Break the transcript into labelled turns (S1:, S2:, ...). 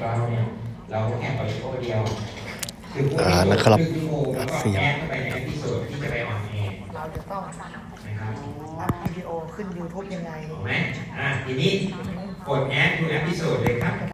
S1: เราเนี่ยเราก็แข่งกับอีกคนเดียวคือผู้
S2: อ่านะครับ
S1: อผู้
S2: อั
S1: แล้ว
S2: ด
S1: ก็
S2: เสียง
S1: แอดเข้าไปในที่สุดที่จะไปออนแอร์
S3: เราจะต้อง
S1: นะครับ
S3: อัพวิดีโอขึ้น YouTube ยังไง
S1: ถูกไหมอ่าทีนี้กดแอดดูแอปพิโซดเลยครับ